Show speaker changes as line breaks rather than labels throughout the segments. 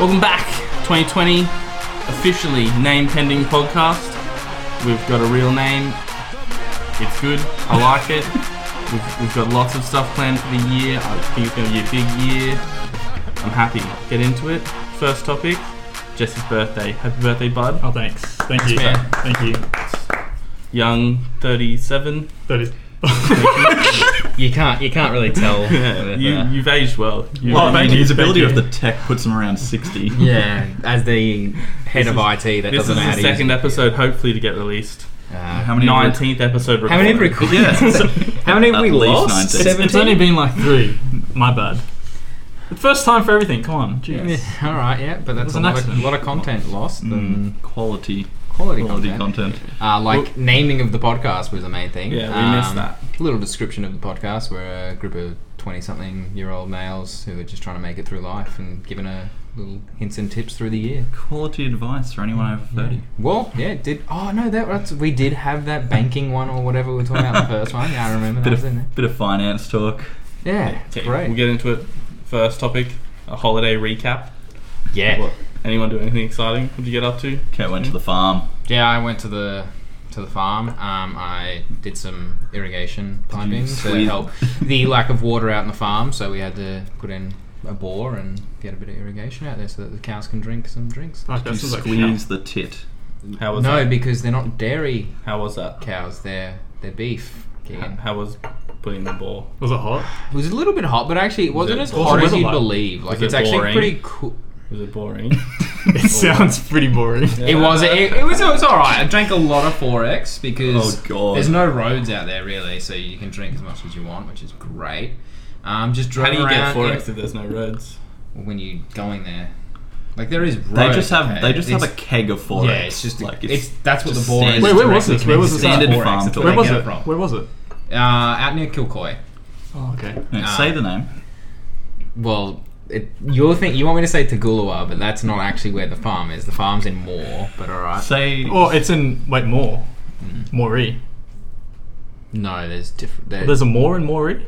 Welcome back, 2020, officially name pending podcast. We've got a real name. It's good. I like it. We've, we've got lots of stuff planned for the year. I think it's going to be a big year. I'm happy. Get into it. First topic Jesse's birthday. Happy birthday, bud.
Oh, thanks. Thank you.
Yeah.
Thank you.
Young, 37.
That is.
You can't you can't really tell.
Yeah,
with,
you,
uh,
you've aged well. You-
Well,
Well,
thank
the
you,
usability
thank
of
you.
the tech puts them around 60.
yeah, as the head of IT, that
this is
doesn't
the
matter.
second episode, hopefully, to get released.
Uh,
How many?
19th episode.
how many have
recorded.
recorded?
Yeah.
how many have
At
we
least
lost?
19.
It's only been like three. My bad. The first time for everything. Come on. Jeez.
Yeah, All right, yeah, but that's
was
a
an
lot, of,
accident.
lot of content lost and
Mm, quality.
quality,
Quality
content.
content.
Uh, like naming of the podcast was the main thing. Um,
Yeah, we missed that.
Little description of the podcast. We're a group of twenty-something-year-old males who are just trying to make it through life and giving a little hints and tips through the year.
Quality advice for anyone over 30.
Well, yeah, it did oh no, that that's, we did have that banking one or whatever we were talking about the first one. Yeah, I remember that
Bit
was in there.
of, bit of finance talk.
Yeah,
Okay,
great.
We'll get into it. First topic: a holiday recap.
yeah,
What, anyone do anything exciting? What did you get up to?
Cat went to the farm.
yeah. I went to the to the farm. Um, I did some irrigation piping to
squeeze-
help the lack of water out in the farm. So we had to put in a bore and get a bit of irrigation out there so that the cows can drink some drinks.
Like,
You
that sounds like
squeeze the tit.
How was
no,
that?
because they're not dairy
How was that?
cows. They're they're beef.
How,
Keegan.
how was putting the ball?
Was it hot?
It was a little bit hot, but actually it wasn't
it-
as
what
was
hot
the
as
weather
you'd
like?
believe. Like
Was it
it's actually
boring?
pretty cool.
Was it boring?
It sounds pretty boring.
Yeah.
It was. It, it was. It was all right. I drank a lot of Forex because
Oh, God.
there's no roads out there really, so you can drink as much as you want, which is great. Um, just
How
driving
do you get
around
forex if there's no roads?
in- when you're going there. Like there is roads.
They just have
okay?
they just have a
It's-
keg of forex.
Yeah, it's just
like
it's, that's what the
just
ball is.
standard- Wait,
where was
directly
this? Where was
connected
this
to
at?
Forex.
Standard farm
That's
Where
they
talk.
was
get
it?
from.
Where was it?
Uh, out near Kilcoy.
Oh, okay.
No,
Ah.
say the name.
Well, it, you're think you want me to say Tagulawa, but that's not actually where the farm is. The farm's in Moore, but all right.
Say
Or Oh, it's in wait more.
Mm-hmm.
Moree.
No, there's different. They're,
There's a moor in Moree.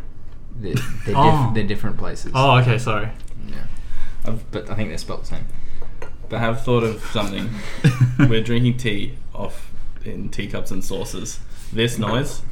they're, they're,
Oh.
diff- they're different places.
Oh, okay. Sorry.
Yeah. but I think they're spelt the same.
I have thought of something. We're drinking tea off in teacups and saucers. This noise,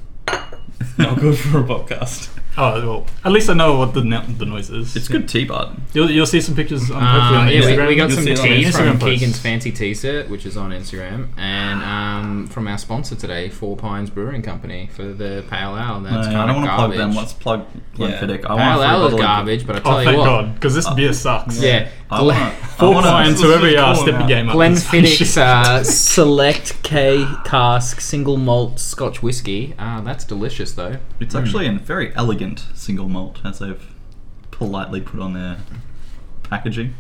not good for a podcast.
Oh well. At least I know what the no- the noise is.
it's good tea, bud.
You'll, you'll see some pictures. Um, hopefully
Um,
on
yeah, we,
Instagram.
we got
You'll
some
see it on
teas
Instagram
from
posts.
Keegan's Fancy Tea Set, which is on Instagram, and um, from our sponsor today, Four Pines Brewing Company, for the pale ale. That's
No,
kind
I don't want
of
to plug
garbage.
them. Let's plug Glenfiddich. I
pale
want
ale is garbage, but I tell
Oh,
you
thank
what, Uh,
God, because this beer sucks.
yeah,
I want
Four wines, whoever you are, uh, step your game up.
Glenfiddich's uh, Select K Cask Single Malt Scotch Whiskey. Uh, that's delicious though.
It's actually a very elegant single malt, as they've politely put on their packaging.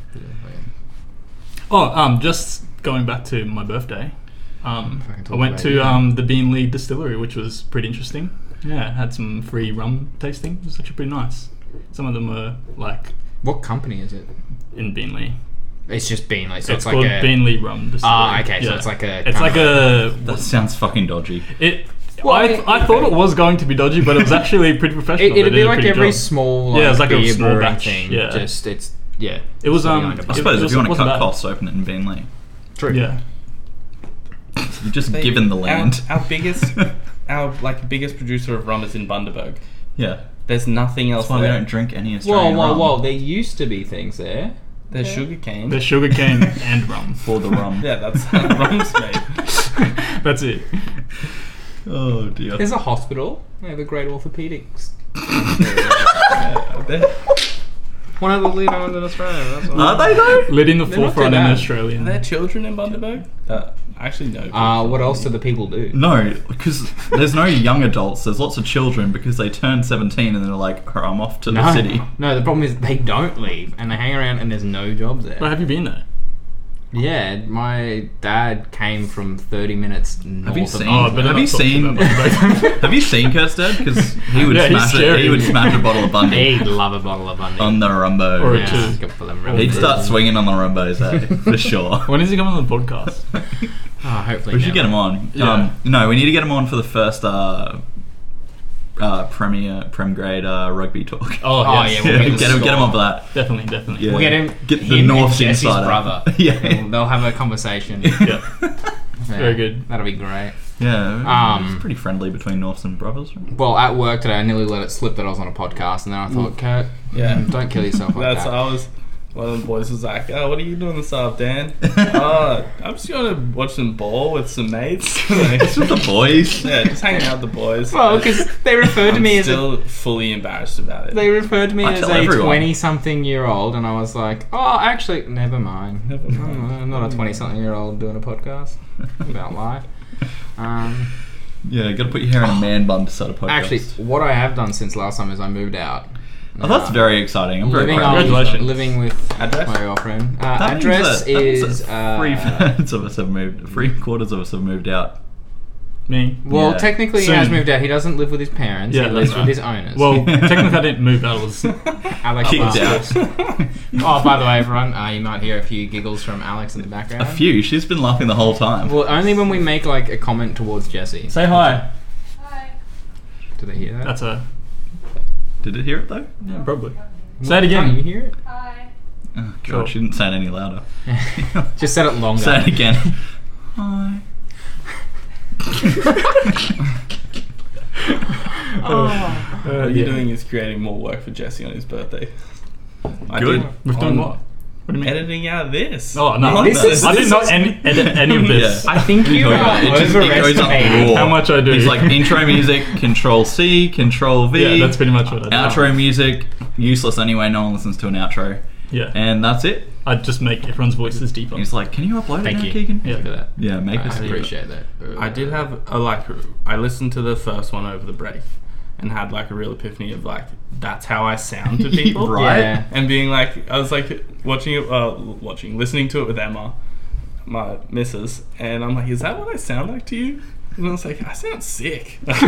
Oh, um, just going back to my birthday, um,
If I can
I
talk
went
about
to
it, yeah.
um, the Bean League Distillery, which was pretty interesting. Yeah, had some free rum tasting. It was actually pretty nice. Some of them were like
What company is it?
in Beanley.
It's just Bean Like, so
It's,
it's,
called
like a
Beanley Rum Distillery.
Ah, okay, so it's like a
It's
kind
like a.
That sounds fucking dodgy.
It.
Well,
I,
it-
I thought it was going to be dodgy, but it was actually pretty professional.
It,
They
it'd
did
be
a
like
pretty
every
job.
small like,
Yeah, it's like a
beer
small
brewing
batch,
thing.
yeah.
Just it's yeah.
It was,
Just
um,
behind a
it
I
bar.
was-
suppose if you want to
wasn't
cut
bad.
costs, open it in Beanley.
True.
Yeah.
You've just given the land.
Our, our biggest, our like biggest producer of rum is in Bundaberg.
yeah.
There's nothing else
That's why we
there.
don't drink any
Whoa,
Australian
whoa,
rum
whoa! There used to be things there.
There's sugar cane.
There's sugar cane and rum.
for the rum.
yeah, that's how rum's made.
That's it.
Oh dear.
There's a hospital. They have a great orthopedics.
They're-
One of the leading ones in Australia. That's all.
Are they though?
Lit in the
not
forefront
too
in
bad.
Are
Australian.
there children in Bundaberg? Uh, actually, no.
Ah,
Uh, what else do the people do?
No, because there's no young adults. There's lots of children because they turn 17 and they're like, "Oh, I'm off to the city.
No, the problem is they don't leave and they hang around and there's no jobs
But
there.
have you been there?
Yeah, my dad came from 30 minutes north
Have you
of
seen?
Oh, but
have
I'm
you
not talking
seen?
about that.
have you seen Kurt's dad? Because he would
Yeah, he's
smash it.
scary.
He would smash a bottle of Bundy
He'd love a bottle of Bundy.
on the
Or
rumbo.
a
yeah,
two.
good for them.
He'd start swinging on the rumbos, eh? For sure.
When is he coming on the podcast?
Oh, hopefully
We should get
never.
him on.
Yeah.
Um, no, we need to get him on for the first uh, uh, premier prem grade uh, rugby talk.
Oh,
Oh,
yes.
yeah, we'll
get,
get
him,
the
get him
score.
on for that.
Definitely, definitely.
Yeah.
We'll get him.
Get the
him and
North's
Jesse's
insider.
brother.
Yeah.
And they'll have a conversation.
Yeah.
Yeah,
Very good.
That'll be great.
Yeah,
Um,
it's pretty friendly between Norths and brothers. Right?
Well, at work today, I nearly let it slip that I was on a podcast, and then I
Mm.
thought, Kurt, mm,
Yeah.
don't kill yourself like
That's
that.
I was. One of the boys was like, "Oh, what are you doing this off, Dan? uh, I'm just going to watch some ball with some mates. Like,
It's with the boys.
yeah, just hanging out with the boys.
Well, because they referred to
I'm
me as a,
still fully embarrassed about it.
they referred to me
I
as
tell
a
everyone.
twenty-something year old, and I was like, oh, actually, never mind.
Never mind.
I'm not a twenty-something year old doing a podcast about life. Um,
Yeah, gotta put your hair in a man bun to start a podcast.
actually, what I have done since last time is I moved out.
oh, that's
Now,
very exciting. I'm very
living,
proud.
on-
of you.
Congratulations.
living with
Address?
my girlfriend. Uh,
That means
address
that- that means
is
that three
uh,
thirds of us have moved. Three quarters of us have moved out.
Me.
Well,
Yeah.
technically,
Soon.
he has moved out. He doesn't live with his parents.
Yeah,
he lives
that's
with
right.
his owners.
Well, technically, I didn't move. I was.
Alex
Kicked
Barnes.
out.
Oh, by the way, everyone, uh, you might hear a few giggles from Alex in the background.
A few. She's been laughing the whole time.
Well, only when we make like a comment towards Jesse.
Say hi.
Do they hear that?
That's a.
Did it hear it though?
Yeah, probably. Say it again.
Can't you hear it?
Oh, God,
Sure.
she didn't say it any louder.
Just said it longer.
say it again. Hi.
Oh.
Uh,
What you're
yeah.
doing is creating more work for Jesse on his birthday. I
Good.
did
We've done
on
what? What do you mean?
Editing out this.
Oh no!
This is-
I did not
this
en- edit any of this.
Yeah.
I think
We
you
talked
are
about it. It just- it goes up
overestimating.
raw.
How much I do?
He's like intro music, control C, control V.
Yeah, that's pretty much what I did.
Outro music, useless anyway. No one listens to an outro,
Yeah,
and that's it.
I just make everyone's voices deeper.
He's like, "Can you upload
Thank
it, now,
you.
Keegan?"
Yeah.
Look at that.
Yeah, make us
I
deeper.
appreciate that.
I did have a like. I listened to the first one over the break and had like a real epiphany of like that's how I sound to people,
Right.
Yeah.
And being like, I was like watching it, uh, watching, listening to it with Emma, my missus, and I'm like, is that what I sound like to you? And I was like, I sound sick. Fucking-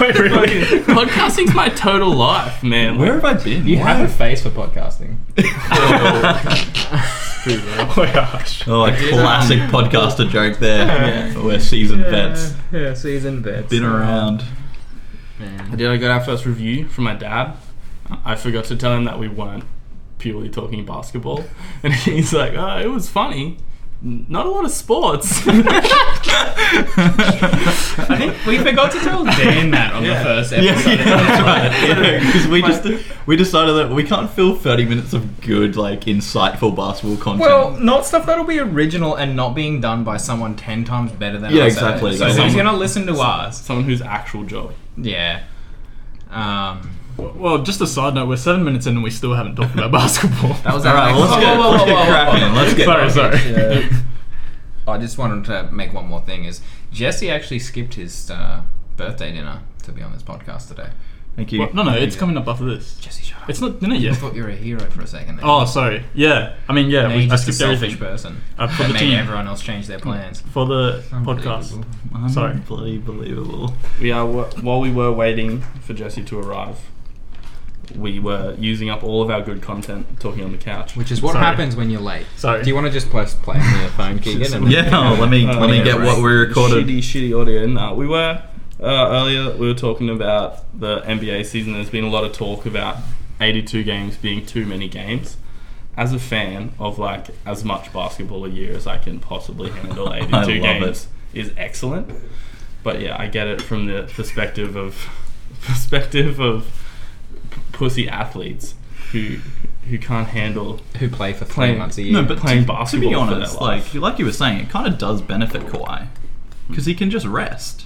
Wait, really?
fucking- Podcasting's my total life, man.
Where have I been?
You
Why
have a
have-
face for podcasting.
Oh, gosh.
Oh, a
did,
classic
um,
podcaster joke there.
Yeah.
We're seasoned vets.
Yeah, season vets.
Been around.
I did. I got our first review from my dad. I forgot to tell him that we weren't purely talking basketball, and he's like, "Oh, it was funny. N- Not a lot of sports."
I think we forgot to tell Dan that on
Yeah.
the first
Yeah,
episode.
yeah, that's right.
Yeah.
Because we just we decided that we can't fill thirty minutes of good, like insightful basketball content.
Well, not stuff that'll be original and not being done by someone ten times better than
Yeah,
us.
exactly.
So
Someone-
who's gonna listen to us?
Someone whose actual job.
Yeah. Um,
Well, just a side note: we're seven minutes in and we still haven't talked about basketball.
that was
all right,
our
well, let's
next-
get,
Whoa, whoa,
let's
whoa,
get
whoa, whoa,
cracking.
whoa.
Let's get
sorry, sorry.
Yeah. I just wanted to make one more thing: is Jesse actually skipped his uh, birthday dinner to be on this podcast today?
Thank you.
Well, no, no, it's coming up after this.
Jesse, shut up.
It's not in it
I
yet.
thought you were a hero for a second. There.
Oh, sorry. Yeah, I mean, yeah,
No,
we,
you're
I
just a
skipped
selfish
everything
person.
Uh, for
that
the
made
team.
everyone else change their plans.
for the
Unbelievable.
podcast. sorry.
Sorry, bloody believable.
We are while we were waiting for Jesse to arrive, we were using up all of our good content talking on the couch.
Which is what
Sorry.
happens when you're late.
Sorry.
Do you want to just play, play on your phone, Keegan? and then-
Yeah, oh, let me
Uh,
let me
yeah,
get what
right.
we recorded.
Shitty, shitty audio. No, we were uh, earlier. We were talking about the NBA season. There's been a lot of talk about 82 games being too many games. As a fan of like as much basketball a year as I can possibly handle,
I
82
love
games is excellent. But yeah, I get it from the perspective of perspective of p- pussy athletes who who can't handle
Who play for three
Playing.
months a year?
No, but
playing
to, to
basketball
be
for
honest,
their
like
life.
like you were saying, it kind of does benefit Kawhi
Hmm.
because he can just rest.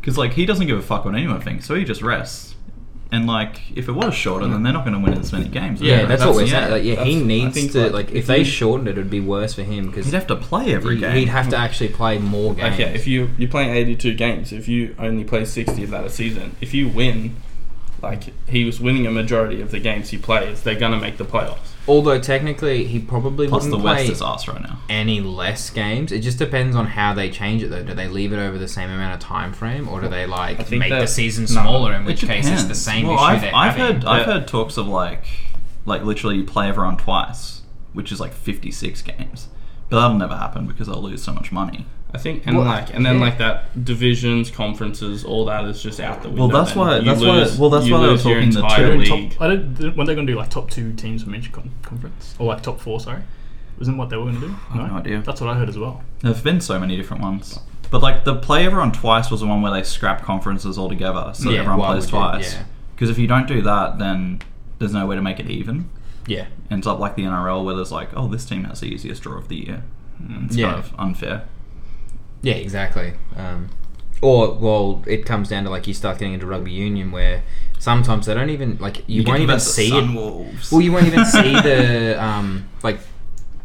Because like he doesn't give a fuck what anyone thinks, so he just rests. And like, if it was shorter, then they're not going to win as many games. are
Hmm. yeah,
they?
that's, what we're saying. Like, yeah,
that's-
he
I
needs
think,
to. Like,
like,
if
if
they
you-
shortened it, it'd be worse for him because
He'd have to play every game.
he'd have to actually play more games.
Like, yeah, if you you're playing 82 games, if you only play 60 of that a season, if you win, like he was winning a majority of the games he plays, they're gonna make the playoffs.
Although technically, he probably
Plus, the
wouldn't
West
play
is ass right now.
any less games. It just depends on how they change it, though. Do they leave it over the same amount of time frame, or do they like
think
make the
that-
season
no,
smaller? in which
It
case, it's the
depends.
same
Well,
issue.
I've,
they're
I've
having.
heard I've
Yeah.
heard talks of like like literally you play everyone twice, which is like 56 games. But But that'll never happen because I'll lose so much money.
I think, and
Well,
like, and then
yeah.
like that divisions, conferences, all that is just out the window.
Well, that's
then.
why-
You
that's why-
lose-
well, that's
you
why they were
lose your
talking the two
entire
in
They're
top-
league.
I don't, they- weren't they going to do like top two teams from each con- conference or like top four? Sorry, wasn't what they were going to do?
I have no idea.
That's what I heard as well.
There have been so many different ones. But like the play everyone twice was the one where they scrap conferences altogether, so
Yeah,
everyone
why
plays
would you?
twice.
Yeah.
Because if you don't do that, then there's no way to make it even.
Yeah.
Ends up like the NRL where there's like, oh, this team has the easiest draw of the year. And It's
Yeah.
kind of unfair.
Yeah, exactly. Um, or well, it comes down to like you start getting into rugby union where sometimes they don't even like you,
get
won't
to
even
verse the
see it.
Sunwolves.
Well, you won't even see the um, like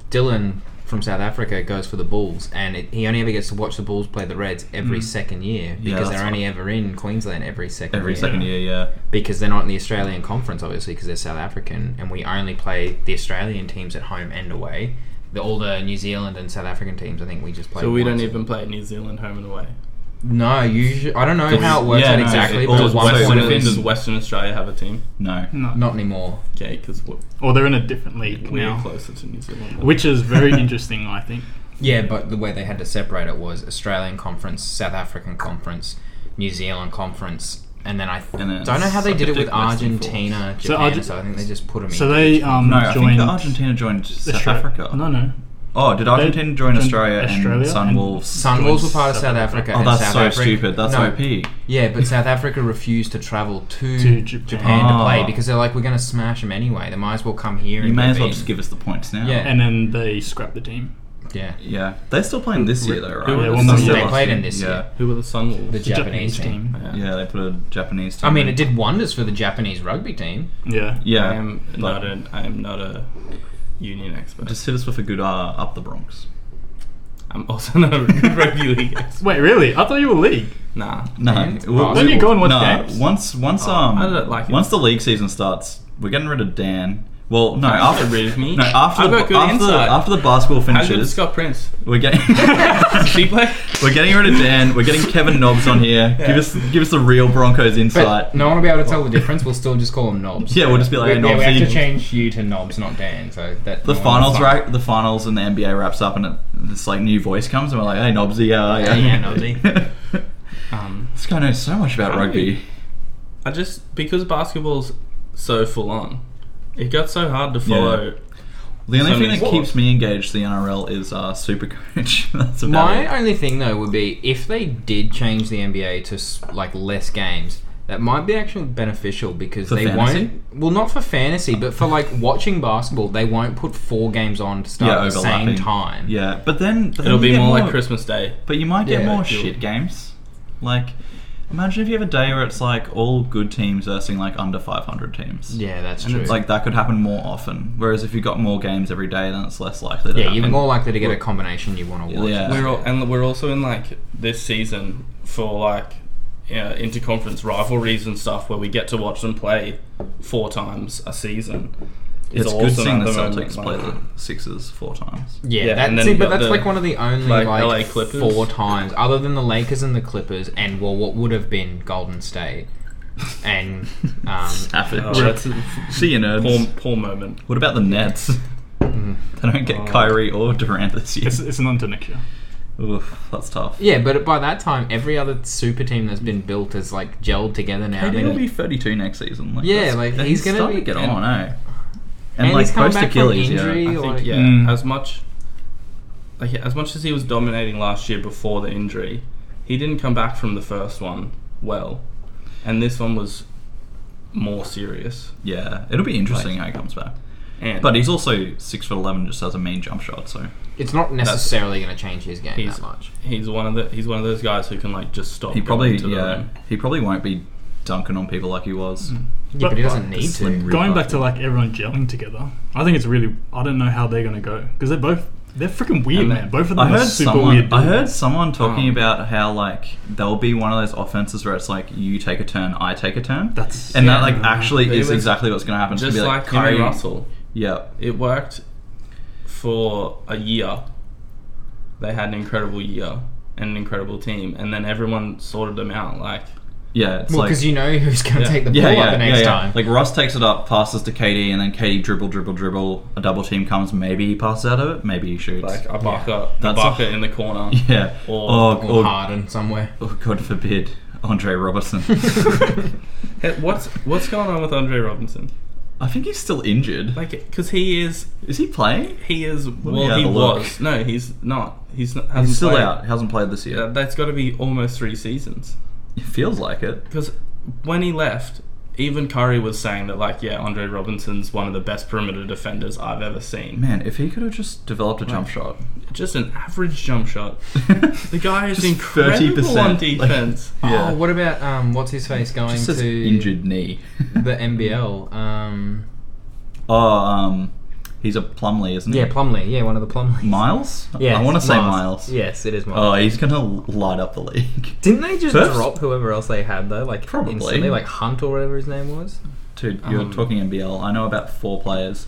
Dylan from South Africa goes for the Bulls, and it, he only ever gets to watch the Bulls play the Reds every second year
Hmm. Yeah,
because
that's
they're only ever in Queensland every second
every
year.
second year, yeah.
because they're not in the Australian conference, obviously, because they're South African, and we only play the Australian teams at home and away. The, all the New Zealand and South African teams, I think we just play.
So we don't
once.
even play New Zealand home and away.
No, usually I don't know
Does-
how it works
yeah,
out
no,
exactly,
it-
but
or
at one
Western
point it
Australia-
does
was
Western Australia have a team?
No.
No,
not anymore.
Okay, because we're,
or they're in a different league
we're
now,
closer to New Zealand.
which is very interesting. I think.
Yeah, but the way they had to separate it was Australian conference, South African conference, New Zealand conference, and then I th-
And then
don't know how they did it with
subject Western
Argentina, Japan.
So
So,
Arge-
I think they just put them
So
in.
they um
No, I
joined
think that Argentina joined
the
South
Stra-
Africa.
No, no,
Oh, did Argentina join
joined
Australia,
Australia
and
and-
Sunwolves?
Sunwolves were
Joined
part of
South
South
Africa.
Africa.
Oh,
and
that's
South
so
Africa-
stupid. That's
no,
OP.
Yeah, but South Africa refused to travel to,
To Japan.
Japan,
Oh.
to play because they're like, we're going to smash them anyway. They might as well come here.
You
and
may
get
as well
beaten."
just give us the points now.
Yeah.
and then they scrapped the team.
Yeah,
Yeah. They're still playing this year, though, right?
Who were
Yeah,
the
one more
Sunwolves?
year
They
last
played in this
yeah.
year.
Who were the Sunwolves?
the Japanese,
Japanese
team.
team.
Yeah, they put a Japanese team.
I mean,
in.
it did wonders for the Japanese rugby team.
Yeah,
Yeah.
I am
but
not a, I am not a union expert.
Just hit us with a good uh, up the Bronx.
I'm also not a rugby league expert.
Wait, really? I thought you were league.
Nah.
No.
And-
we-
Oh,
we-
Don't you go and watch
no,
games?
Once, once, um,
I don't like it.
once the league season starts, we're getting rid of Dan. Well, no, after
get rid of me.
No, after
I've
the
got good
after, the,
insight.
after the basketball
How good is
finishes,
Scott Prince?
we're getting
She play?
we're getting rid of Dan. We're getting Kevin Knobs on here. Give us give us the real Broncos
But
insight.
no one will be able to tell the difference. We'll still just call them knobs.
Yeah, we'll just be like,
we,
hey,
yeah, we
Knobsy.
have to change you to knobs, not Dan. So that
the
no one
finals,
will
right? The finals and the NBA wraps up, and it, this like new voice comes, and we're like, "Hey, Nobsy, uh, yeah,
Yeah, yeah, Nobsy.
Um,
this guy knows so much about
Hi.
rugby.
I just because basketball's so full on, it got so hard to follow.
The only thing
So many
that
sports.
keeps me engaged to the NRL is uh, Supercoach. That's about
My
it.
only thing though would be if they did change the NBA to s- like less games, that might be actually beneficial because
For
they
fantasy?
won't. Well, not for fantasy, but for like watching basketball, they won't put four games on to start
yeah,
at the
overlapping
same time.
Yeah, but then, but then
It'll
you
be
get
more, like Christmas Day.
But you might get
Yeah,
more
like
you'll-
shit games. Like, imagine if you have a day where it's like all good teams versus like under five hundred teams.
yeah, that's
And
true.
Like that could happen more often. Whereas if you got more games every day, then it's less likely. To
yeah,
happen.
you're more likely to get a combination you want to watch.
Yeah.
We're all, and we're also in like this season for like yeah, interconference rivalries and stuff where we get to watch them play four times a season.
It's,
awesome
good seeing
at
the
moment,
Celtics
like-
play the Sixers four times.
Yeah,
Yeah, and
that's
then
it,
you
but
got
that's
the,
like one of the only
like,
like,
LA Clippers.
four times, other than the Lakers and the Clippers, and well, what would have been Golden State, and um,
Savage.
Oh, that's a
See you, nerds.
poor, poor moment.
What about the Nets? they don't get
Oh.
Kyrie or Durant this year.
it's it's an until next year.
Oof, that's tough.
yeah, but by that time, every other super team that's been built is like gelled together now.
Hey,
and
dude, he'll
then-
be 32 next season. Like,
Yeah,
that's-
like,
that's-
he's gonna
starting
be-
to get
and-
on, eh? And,
and
like
he's coming
post
back from
Achilles,
injury,
yeah.
I think
like-
yeah,
Mm.
as much like as much as he was dominating last year before the injury, he didn't come back from the first one well, and this one was more serious.
Yeah, it'll be interesting how he comes back.
And
But he's also six foot eleven, just has a mean jump shot. So
It's not necessarily going to change his game
He's-
that much.
he's one of the he's one of those guys who can like just stop.
he
going
probably
to the
yeah
rim.
he probably won't be dunking on people like he was.
Yeah, but, he doesn't need
slim
to.
rib.
Going back to like everyone gelling together, I think it's really. I don't know how they're gonna go because they're both they're freaking weird,
And they-
man. Both of them
I
are
heard
super
someone
weird.
I
dudes.
heard someone talking
Oh.
about how like there'll be one of those offenses where it's like you take a turn, I take a turn.
That's-
and that
yeah.
like actually
It
is
was
exactly what's going to happen. It's
just
gonna be
like Henry
Kyrie-
Russell.
Yeah,
It worked for a year. They had an incredible year and an incredible team, and then everyone sorted them out. Like
yeah, it's
Well,
like
because you know who's going to
Yeah.
take the ball
yeah,
up
yeah,
the
yeah,
next
yeah.
time.
Like Russ takes it up, passes to Katie, and then Katie dribble, dribble, dribble. A double team comes. Maybe he passes out of it. Maybe he shoots.
Like Ibaka,
That's
Ibaka
a-
in the corner.
yeah.
Or-
Or,
or
or,
Harden somewhere.
or God forbid, Andre Robertson.
Hey, what's what's going on with Andre Robinson?
I think he's still injured.
Like, because he is
Is he playing?
he is
me
well
have
he
a look.
was no he's not he's not hasn't
He's still
played. Uh,
out. He hasn't played this year.
Yeah, that's got to be almost three seasons.
It feels like it.
Because when he left, even Curry was saying that, like, yeah, Andre Robinson's one of the best perimeter defenders I've ever seen.
Man, if he could have just developed a jump shot.
Just an average jump shot. The guy is
Just
incredible on
30%, like-
defense.
yeah.
Oh, what about um, what's his face going
Just says
to
injured knee.
the NBL? Um,
oh, um, he's a Plumley, isn't he?
yeah, Plumley. Yeah, one of the Plumleys.
Miles?
Yes,
I want to say Miles.
Yes, it is
Oh,
Miles.
he's gonna light up the league,
Didn't they just
First?
drop whoever else they had though? Like
Probably.
instantly, like Hunt or whatever his name was.
dude. You're
Um,
talking NBL. I know about four players.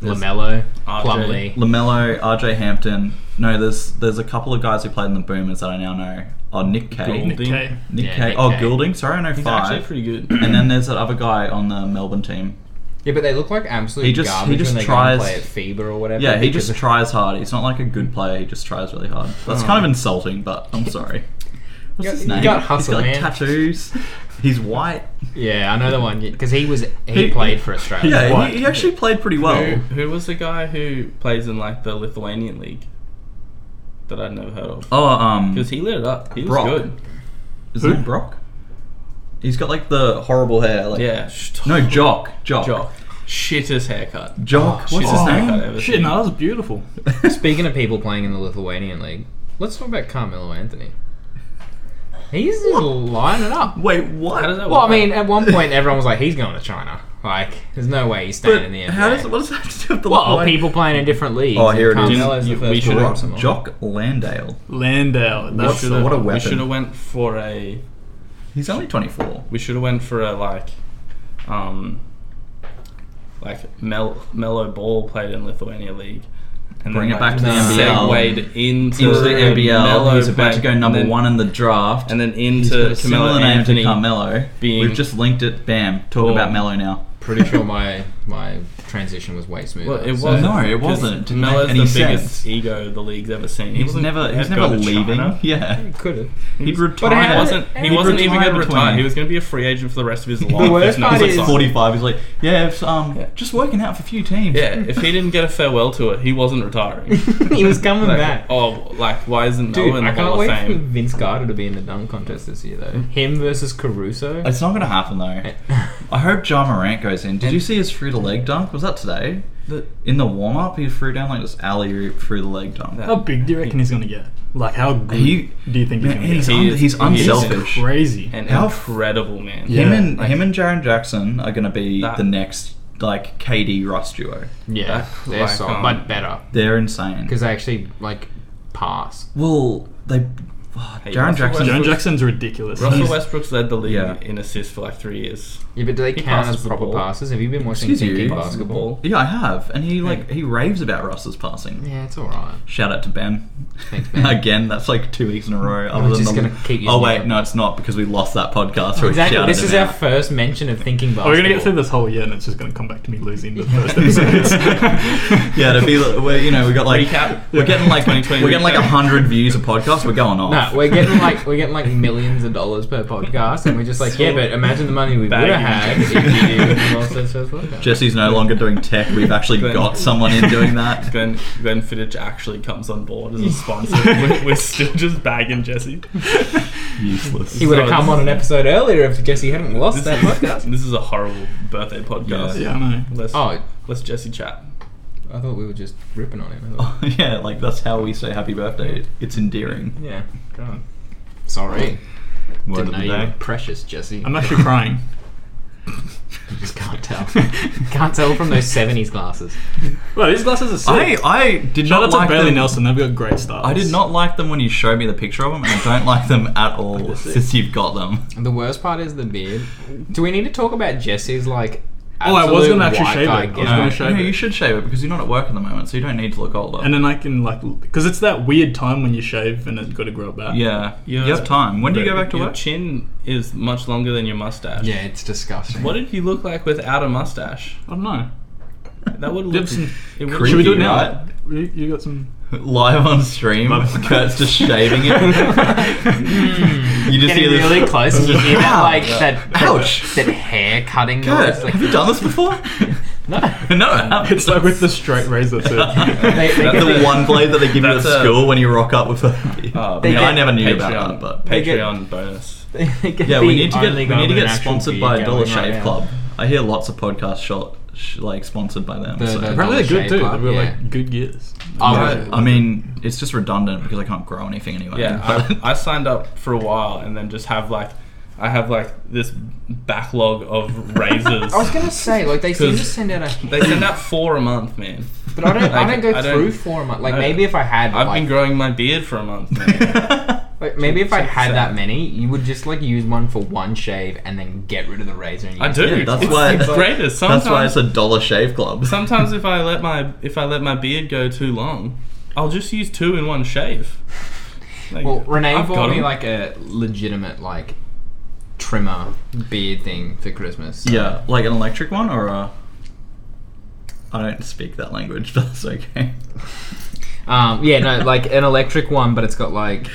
There's
Lamelo,
RJ.
Plumley.
Lamelo, RJ Hampton. No, there's there's a couple of guys who played in the Boomers that I now know. Oh, Nick Kay.
Goulding.
Nick,
Okay.
Nick
Yeah,
Kay.
Nick
oh,
Kay.
Goulding. Sorry, I know
He's actually
five.
pretty good.
and then there's that other guy on the Melbourne team.
Yeah, but they look like absolute
He just- he
garbage
just
when they
tries-
go and play at FIBA or whatever.
Yeah, he
because
just
of-
tries hard. He's not like a good player. He just tries really hard. That's
Oh.
kind of insulting, but I'm sorry. What's
You-
his
you
name?
gotta hustle,
He's got like,
man.
tattoos. He's white.
Yeah, I know the one because he was he,
He-
played for Australia.
Yeah,
white.
he, he actually played pretty well.
Who, who was the guy who plays in, like, the Lithuanian league that I'd never heard of?
Oh, um,
Because he lit it up. He was
Brock.
good.
is
Who?
it Brock? He's got like the horrible hair. Like,
Yeah. sh-
No, Jock. Jock.
Jock. Shittest haircut.
Jock.
Oh,
what's
shit.
his
Oh,
name?
I've ever
Shit,
seen.
no, that was beautiful.
Speaking of people playing in the Lithuanian league, let's talk about Carmelo Anthony. He's just lining up.
Wait, what?
How does that
Well, I
work?
mean, at one point everyone was like, "He's going to China." Like, there's no way he's staying
But
in the NBA.
how does what does that have to do with the
well,
line?
Oh, people playing in different leagues.
Oh,
and
here it is.
Carmelo's the
You-
first
we should-
choice and all.
Jock Landale.
Landau.
What,
That's
what a
We should have
weapon.
went for a
He's only 24.
We should have went for a like, um, like mel- mellow ball played in Lithuania league, and
Bring it back to
the NBL.
Segued into,
Into the
a
NBL.
mellow
He's about to
back,
go number
and then-
one in the draft.
and then
He's got
into
a
Camilo
similar name
Anthony.
to Carmelo.
being-
We've just linked it. Bam. Talk
Boom.
about Mello now.
Pretty sure my my transition was way smoother.
Well, it was
so-
No, it wasn't. It didn't
Melo's
make any
the biggest
sense.
ego the league's ever seen.
He's
wasn't-
never. He's
had
never
gone to
leaving.
China.
Yeah.
Could have.
He'd
But
retired.
how-
He wasn't. He
He
wasn't even going to
retired between-
retire. He was going to be a free agent for the rest of his life.
worst
There's no
He's like
part But it is-
sign.
45. He's like, yeah, it's, um,
Yeah.
just working out for a few teams.
Yeah, if he didn't get a farewell tour, he wasn't retiring.
he was coming
Like,
back.
Oh, like why isn't
Dude,
Melo in the
I can't
Hall of
wait for
Fame?
Vince Carter to be in the dunk contest this year, though. Him versus Caruso.
It's not gonna happen though. I hope John Morant goes in. Did
And-
you see his through the leg dunk? Was that today?
The-
In the warm up, he threw down like this alley oop through the leg dunk.
Yeah.
How big do you reckon he's gonna get? Like, how good
He-
do you think he's
Man,
gonna get?
he's,
He
un-
is-
he's
he is
unselfish.
crazy.
An
How f-
incredible man.
Yeah.
Him and
like-
him and Jaron Jackson are gonna be
That-
the next like KD Russ duo.
yeah, they're
like,
soft,
um,
but better
They're insane.
because they actually like pass.
Well, they. Oh,
Hey,
Jaron
Russell
Jackson.
Westbrook-
John Jackson's ridiculous.
Russell
He's-
Westbrook's led the league
Yeah.
in assists for like three years.
Yeah, but do they count
passes
as
the
proper
ball.
passes? Have you been watching
Excuse
thinking
you?
Passes the
basketball?
ball.
Yeah, I have, and he like he raves about Russ's passing.
Yeah, it's all right.
Shout out to Ben.
Thanks, Ben.
Again, that's like two weeks in a row. Other
was
than
just
the-
gonna keep
oh
using
wait,
that.
no, it's not because we lost that podcast. Where
Exactly.
We
This is our
f-
first mention of thinking basketball.
Oh, We're gonna get through this whole year, and it's just gonna come back to me losing the first episode.
yeah. To be, like- we're, you know, we got like
Recap.
we're getting like we're
2020
getting like
recap.
hundred views a podcast. We're going off.
No, we're getting like we're getting like millions of dollars per podcast, and we're just like, yeah, but imagine the money we would
Bag
have had
you.
if you lost those first podcast.
Jesse's no longer doing tech. We've actually
Ben.
got someone in doing that.
Glenn Glenn Fittich actually comes on board as a sponsor. we're, we're still just bagging Jesse.
Useless.
he would have
So
come
this-
on an episode earlier if Jesse hadn't lost
This
that
is,
podcast.
this is a horrible birthday podcast.
yeah, I know.
Let's
Oh,
let's Jesse chat.
I thought we were just ripping on him.
yeah, like that's how we say happy birthday. It- It's endearing.
Yeah, go on. Sorry.
Word of the day.
precious, Jesse.
I'm actually crying.
just can't tell. can't tell from those 70s glasses.
Well, these glasses are
I
sick.
I did
Shout
not
out to
like
Bailey
them.
Nelson. They've got great stars.
I did not like them when you showed me the picture of them, and I don't like them at all since you've got them.
The worst part is the beard. Do we need to talk about Jesse's, like,
Oh, I was gonna actually
absolute
shave
white
it.
guy
I was
gimmick.
gonna
no,
shave it.
you should shave it because you're not at work at the moment, so you don't need to look older.
And then I can like, because it's that weird time when you shave and it's got to grow it back.
yeah,
Yeah.
you have time. When do you go back to
Your
work?
chin is much longer than your mustache.
Yeah, it's disgusting.
What did you look like without a mustache?
I don't know.
That would
Give
look.
some
It would
Should we do it
Creepy,
now?
right?
You, you got some.
Live on stream,
Live-
Kurt's just shaving it. you just hear
Getting
this
really close and you hear that
Wow.
like that
Ouch.
that hair cutting
Kurt,
noise. Like,
have you done this before?
no.
no, I haven't.
It's like with the straight razor too.
They- they
that's
get
the
a-
one blade that they give you at
That's a-
school when you rock up with a.
Uh,
I, mean,
They
I
get-
never knew
Patreon,
about that, but
Patreon
get-
bonus.
yeah, we need to get we
Only
need to
Melbourne
get
actual
sponsored
beer
by Dollar
going right
Shave
now.
Club. I hear lots of podcasts shot, sh- like sponsored by them.
The-
so.
the-
Apparently they're good
Shave
too.
Club,
They were
yeah.
like good gears.
I
Right.
would-
I mean, it's just redundant because I can't grow anything anyway.
Yeah,
But-
I, I signed up for a while and then just have like, I have like this backlog of razors.
I was gonna say like they seem to
'Cause
send out a,
They send out four a month, man.
but I don't I
Like,
don't go
I don't-
through four months. Like
No.
maybe if I had,
I've
like,
been growing my beard for a month. Man.
like, maybe if I
Check
had
this
that
out.
many, you would just like use one for one shave and then get rid of the razor. And
I
use
do.
Yeah, that's
it's
why-
the greatest. Sometimes,
that's why it's a Dollar Shave Club.
sometimes if I let my if I let my beard go too long, I'll just use two in one shave. Like,
Well, Renee
I've got
bought me
'em.
like a legitimate like trimmer beard thing for Christmas.
Yeah, like an electric one or a. I don't speak that language, but that's okay.
Um, yeah, no, like an electric one, but it's got like,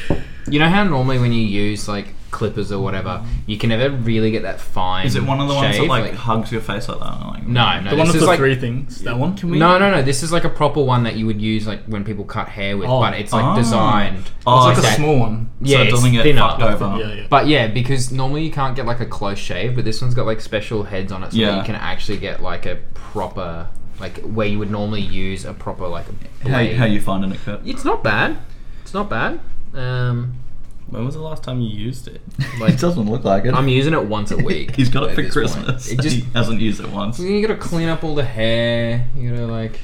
you know how normally when you use like clippers or whatever, you can never really get that fine.
Is it one of the ones that
shave,
like, hugs your face like that? Like,
no, no,
The
this
one with
is
the
like.
three things. That one. Can
No, no, no. This is like a proper one that you would use, like when people cut hair with,
Oh.
but it's like
Ah.
designed.
Oh,
It's like
okay.
a small one.
Yeah,
so it
it's
doesn't get
thinner.
fucked over.
Yeah, yeah.
But yeah, because normally you can't get like a close shave, but this one's got like special heads on it, so that
Yeah.
you can actually get like a proper, like where you would normally use a proper like. Blade.
How, how you finding it, Kurt?
It's not bad. It's not bad. Um,
When was the last time you used it?
like
it doesn't look like it.
I'm using it once a week.
He's got it
at
for
this point.
Christmas.
It just
he hasn't used it once.
you gotta clean up all the hair. You gotta like,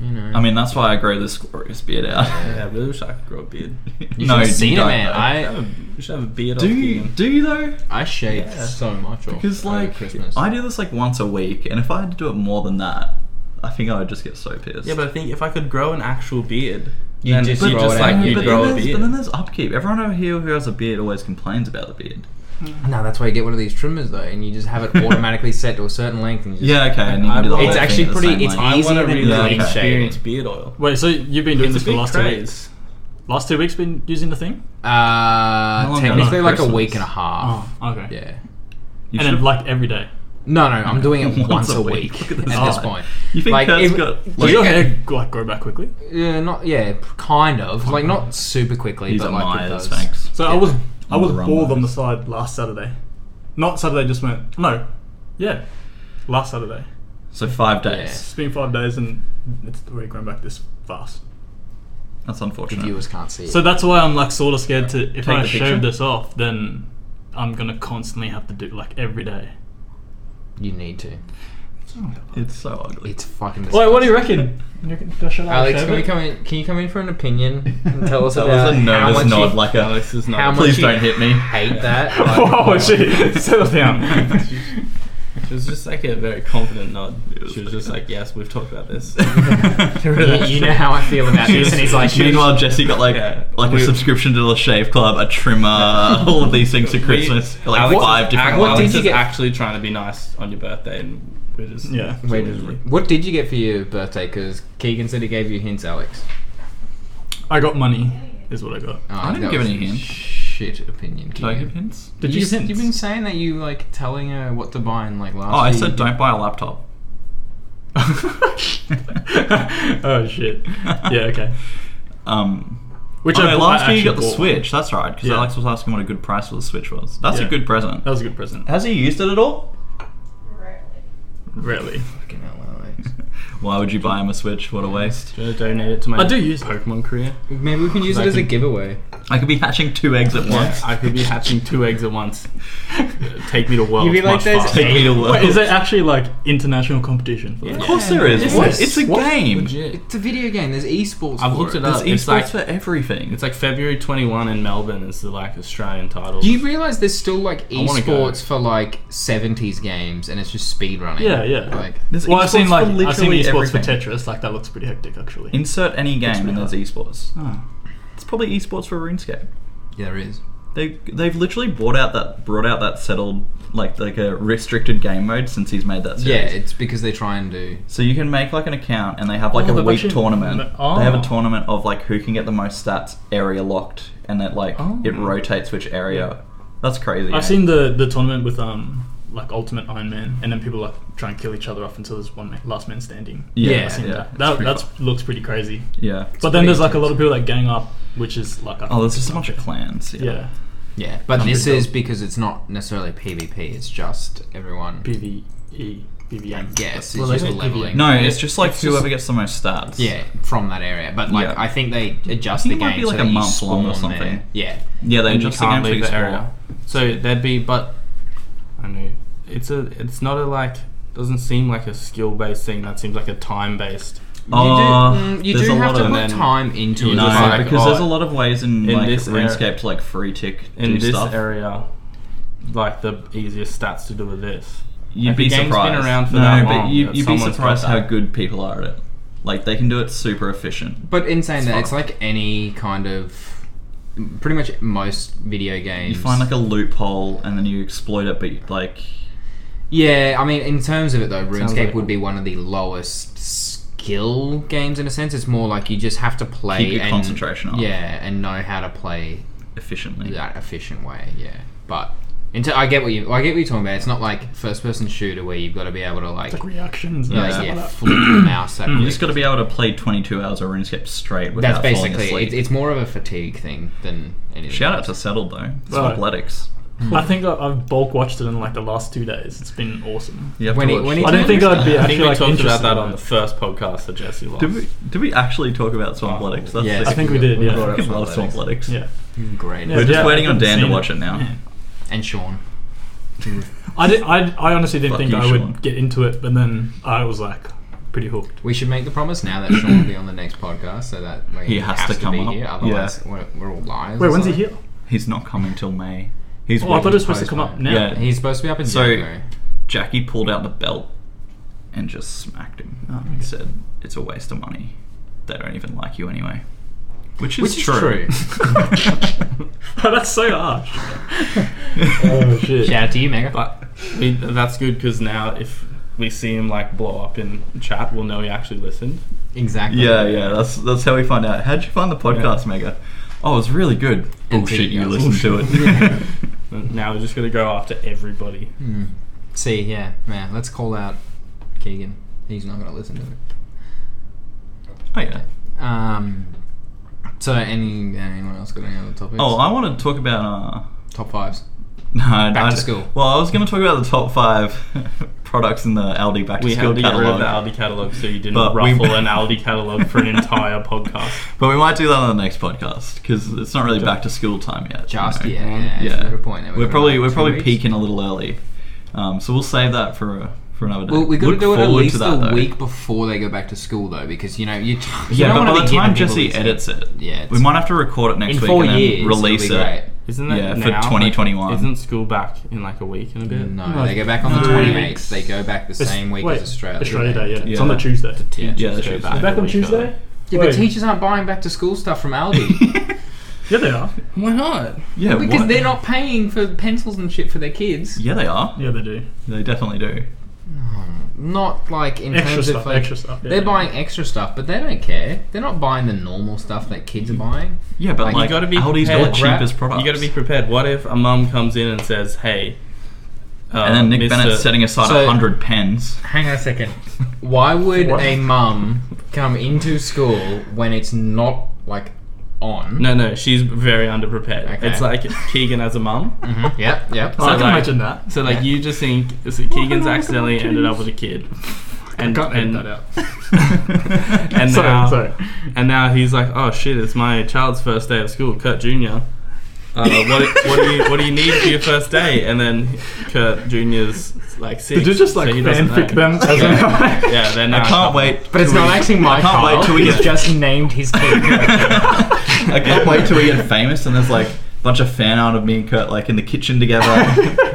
you know.
I mean, that's why I grow this glorious beard out.
Yeah, I really wish I could grow a beard.
you should have seen it,
don't,
man.
though.
I
I
have- I should have a beard.
do
off
you
again.
do you though?
I shaved
Yeah.
so much off
Because
over
like
Oh, Christmas.
I do this like once a week, and if I had to do it more than that, I think I would just get so pissed.
Yeah, but I think if I could grow an actual beard,
You
then
just
it'd be
grow it out.
like
then-
you
but,
you'd grow
grow
then
a
there's, but then
beard.
there's upkeep. Everyone over here who has a beard always complains about the beard.
no, that's why you get one of these trimmers though, and you just have it automatically set to a certain length. And you just
Yeah, okay. and you
I
can do the
want-
whole
It's
thing
actually
at the
pretty-
same
it's
length.
I want
easier
to
than
really
clean
experience
shaving.
beard oil.
Wait, so you've been
It's
doing
a
this for the
big
last two weeks?
craze.
Last two weeks, been using the thing?
How
Uh,
long
technically,
ago?
like a
Christmas.
week and a half.
Oh, okay.
Yeah.
You
and then
should've-
like every day.
No, no, I'm doing it once a week,
Look
at
at this
this
guy.
point.
You think
Like,
like,
if-
got?
Does
Like,
your hair like grow back quickly?
Yeah, not yeah, p- kind of like not super quickly,
He's
but
a
like it
Myers,
does.
thanks.
So I was I was
Wrong
bald on the
eyes.
side last Saturday. Not Saturday, just went no. Yeah, last Saturday.
So five
Yeah.
days.
It's been five days and it's already grown back this fast.
That's
The
unfortunate.
viewers can't see it.
So that's why I'm like sort of scared to if
Take
I
the
shave
picture.
this off, then I'm gonna constantly have to do like every day.
you need to.
It's so ugly.
It's fucking.
Wait, what do you
disgusting.
reckon?
Alex, can we come in? Can you come in for an opinion and tell us
that
about
was a
how
nervous
much
nod,
you
like a.
Alex is
how
not.
much
Please
you
don't hit me.
hate that? Like,
Oh shit! Settle down.
It was just like a very confident nod. She was just like, "Yes, we've talked about this."
You, you know how I feel about this, and he's like,
Meanwhile, Jesse got like
Yeah.
like a
We-
subscription to the shave club, a trimmer, all of these things for
We-
Christmas. Got, like
Alex
five
is,
different.
Alex,
What did
is
you get?
actually trying to be nice on your birthday, and we're just
Yeah.
Wait, what did you get for your birthday? Because Keegan said he gave you hints, Alex.
I got money, is what I got.
Oh,
I didn't
that
give
was
any
a
hints.
Shit opinion.
Did I
Keegan.
give hints?
Did you,
s-
hint?
You've been saying that you like telling her what to buy in like last.
Oh, I
year.
said don't buy a laptop.
oh shit! Yeah, okay.
Um,
Which
oh,
I
no,
bought-
last
I
year you got the
actually bought.
Switch. That's right, because
Yeah.
Alex was asking what a good price for the Switch was. That's
Yeah.
a good present.
That was a good present.
Has he used it at all?
Really?
Fucking hell, Alex.
Why would you buy him a Switch? What a waste.
Should I donate it to my
I do use it.
Pokemon career?
Maybe we can use it
I
as a
can-
giveaway.
I could be hatching two eggs at once.
I could be hatching two eggs at once. Take me to world.
You'd be like
much
those
faster.
Take me to world.
Wait, is there actually like international competition for
Of
that?
course there is.
Yes.
What? It's a
What?
game.
Legit.
It's a video game. There's esports.
I've
for
looked it
There's
up.
esports
It's like
for everything.
it's like February 21 in Melbourne is the like Australian title.
Do you realise there's still like
I wanna go.
esports for like 70s games and it's just speedrunning?
Yeah, yeah.
Like,
There's
well, I've seen
esports
like
for
I've seen
literally
esports
everything.
for Tetris. Like that looks pretty hectic, actually.
Insert any game and
really
there's esports.
Ah.
It's probably esports for RuneScape.
yeah, there is.
They they've literally brought out that brought out that settled like like a restricted game mode since he's made that
Yeah,
series.
it's because they try and do.
So you can make like an account and they have like
Oh,
a
they've
week
actually-
tournament.
Oh.
They have a tournament of like who can get the most stats area locked and that like
Oh.
it rotates which area. That's crazy.
I've
eh?
seen the the tournament with um like Ultimate Iron Man, and then people like try and kill each other off until there's one man, last man standing.
Yeah,
I've seen
yeah,
that.
it's
that
pretty
that's looks pretty crazy.
Yeah.
but then
pretty
there's like a lot of
intense.
people that gang up, which is like I
Oh,
think
there's just a
not
bunch of
fair.
clans. Yeah.
Yeah,
Yeah, but
I'm
this
pretty
is
dumb.
because it's not necessarily PvP. It's just everyone.
PVE, PVM.
I guess
Well,
it's
they
just
make PvE.
leveling.
No, it's just like
It's just-
whoever gets the most stats.
Yeah, from that area. But like,
Yeah.
I think they adjust
I think
the
it might
game
be like
so
a
that you
month long or
spawn there.
something.
Yeah,
Yeah, they
and you
adjust the
can't
game for
leave
each
the
area.
area. So that'd be, but I don't know. It's a. It's not a like. Doesn't seem like a skill based thing. That seems like a time based.
Uh,
you do, mm, you
there's
do
a
have
lot
to
of-
put
and then-
time into it.
No,
No,
It's like,
because
oh,
there's a lot of ways in,
in
like
this era-
RuneScape to like free tick
in
do
this
stuff.
area, like the easiest stats to do with this.
You'd
Like,
be
the game's
surprised.
been around for
no,
that
but
long
you,
that
you'd be
someone's got
surprised how
that.
good people are at it. Like they can do it super efficient.
But in saying that,
fun.
it's like any kind of pretty much most video games.
You find like a loophole and then you exploit it, but you, like
yeah, I mean, in terms of it though,
Sounds
RuneScape
like-
would be one of the lowest skill games in a sense. It's more like you just have to play
Keep your
and
concentration up.
Yeah, and know how to play
efficiently.
that efficient way. Yeah, but. Into, I get what you. I get what you're talking about. It's not like first-person shooter where you've got to be able to like,
It's like reactions. And
yeah,
stuff
yeah,
Like that.
flip the mouse. That
You
quick.
Mm. just got to be able to play 22 hours of RuneScape straight
That's
without falling
basically.
asleep.
It, it's more of a fatigue thing than anything.
Shout out
else.
to Settled though. It's
Right.
athletics.
I think I, I've bulk watched it in like the last two days. It's been awesome.
You have
When
to
he-
watch-
when he- uh,
I don't think I'd be.
I
actually
think we
like,
talked about
interested
that
in
on
it.
the first podcast that Jesse lost.
did we did we actually talk about Swampletics? That's
Yeah,
the-
I think we did, yeah.
brought
I
up
fucking love
some of those.
Swampletics.
Yeah.
Great.
Yeah,
We're just
yeah,
waiting
I
on Dan
haven't
to
seen
watch
it.
it now.
Yeah.
And Sean. Mm.
I, did, I, I honestly didn't
Fuck
think
you,
I would
Sean.
get into it, but then I was like pretty hooked.
We should make the promise now that Sean will be on the next podcast, so that like,
He has to come
be
up.
here. Otherwise, we're, we're all liars.
Wait,
or
when's he
something.
here?
He's not coming till May. He's
Oh, I thought it was supposed to
Postponed.
come up now.
Yeah.
He's supposed to be up in
So-
January.
Jackie pulled out the belt and just smacked him.
Oh,
He
okay.
said, "It's a waste of money. They don't even like you anyway." Which is
Which is
true.
true.
Oh, That's so harsh.
oh
shit.
Shout out to you, Mega.
But we, that's good because now if we see him like blow up in chat, we'll know he actually listened.
exactly.
Yeah, yeah. That's that's how we find out. How'd you find the podcast, Mega? Oh, it was really good.
And
Bullshit, you
videos.
listened to it.
Yeah.
And now we're just gonna go after everybody.
Hmm. See, yeah, man. Let's call out Keegan. He's not going to listen to it.
Oh yeah.
Um. So, any anyone else got any other topics?
Oh, I want to talk about. Uh,
top fives.
no, back
to school.
Well, I was going to talk about the top five products in the Aldi back to
We
school
had to get rid of
catalog,
the Aldi catalog so you didn't
But we-
ruffle an Aldi catalog for an entire podcast.
but we might do that on the next podcast because it's not really back to school time yet. you
Just
know.
yeah, yeah. yeah. Good point.
We're probably we're
Two
probably
weeks.
peaking a little early, um, so we'll save that for uh, for another day.
Well, we got to
Look
do it at
forward
least
to that,
a
though.
week before they go back to school, though, because you know you. T- you
Yeah,
don't
but
wanna
by
be
the
giving
time
people
Jesse
these
edits it,
Yeah, it's-
we might have to record it next
in
week
four
and then
years
release
it'll be
it.
Isn't that
Yeah, for
now?
2021.
Like, isn't school back in like a week and a
Great.
bit?
No,
No,
they go back on the
no.
twenty eighth. They go back the
It's-
same week as
wait,
Australia.
Australia Day, yeah. It's
Yeah.
on the Tuesday.
Yeah.
Yeah, that's
Go
true.
back.
Back
a
on
week
Tuesday?
early.
Yeah, but
Wait.
teachers aren't buying back to school stuff from Aldi
Yeah, they are.
Why not?
Yeah,
because
what?
they're not paying for pencils and shit for their kids.
Yeah, they are.
Yeah, they do.
They definitely do.
Not like in
Extra
terms
stuff,
of like
extra stuff, yeah.
they're buying extra stuff, but they don't care. They're not buying the normal stuff that kids are buying.
Yeah, but like,
you gotta be
Aldi's got the
prepared,
right?
cheapest products.
You got to be prepared. What if a mum comes in and says, "Hey," uh,
and then Nick
Mr.
Bennett's setting aside
So-
a hundred pens.
Hang on a second. Why would a mum come into school when it's not like on?
No, no, she's very underprepared.
Okay.
It's like Keegan as a mum.
Mhm, Yep. Yep.
I can
like-
imagine that.
So like you just think so Keegan's accidentally ended up with a kid. and
I can't edit
and-
that out.
and
sorry,
now,
sorry.
and now he's like, oh shit, it's my child's first day of school, Kurt Junior. Uh, what, what do you what do you need for your first day? And then Kurt Junior's like six.
Did you just like
so he doesn't
fanfic
know.
them? As
Yeah,
an-
yeah they're
I
now
can't wait.
But it's
till
not
we-
actually my
I can't
Carl.
wait till we
He's
get.
just named his kid.
I can't wait till we get famous and there's like a bunch of fan art of me and Kurt like in the kitchen together.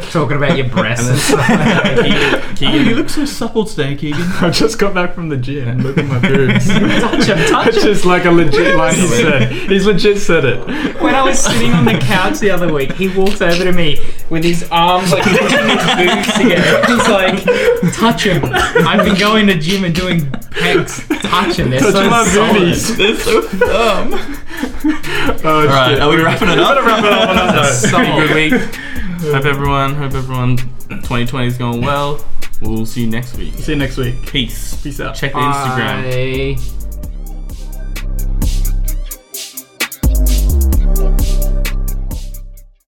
Talking about your breasts and stuff like that.
Keegan,
Oh,
Keegan,
you look so supple today, Keegan.
I just got back from the gym. Look at my boobs.
Touch 'em, touch
It's just like a legit line he said. He's legit said it.
When I was sitting on the couch the other week, he walks over to me with his arms like pushing his boobs together. He's like, touch him. I've been going to gym and doing pecs. Touch him. They're
Touch
so
my
solid.
boobies.
they're so
Um,
dumb.
Oh,
All right,
shit.
are we wrapping it up?
wrap it up on that
Pretty
note.
good week. Hope everyone, hope everyone, 2020 is going well. We'll see you next week.
See you next week.
Peace.
Peace out.
Check the Instagram.
Bye.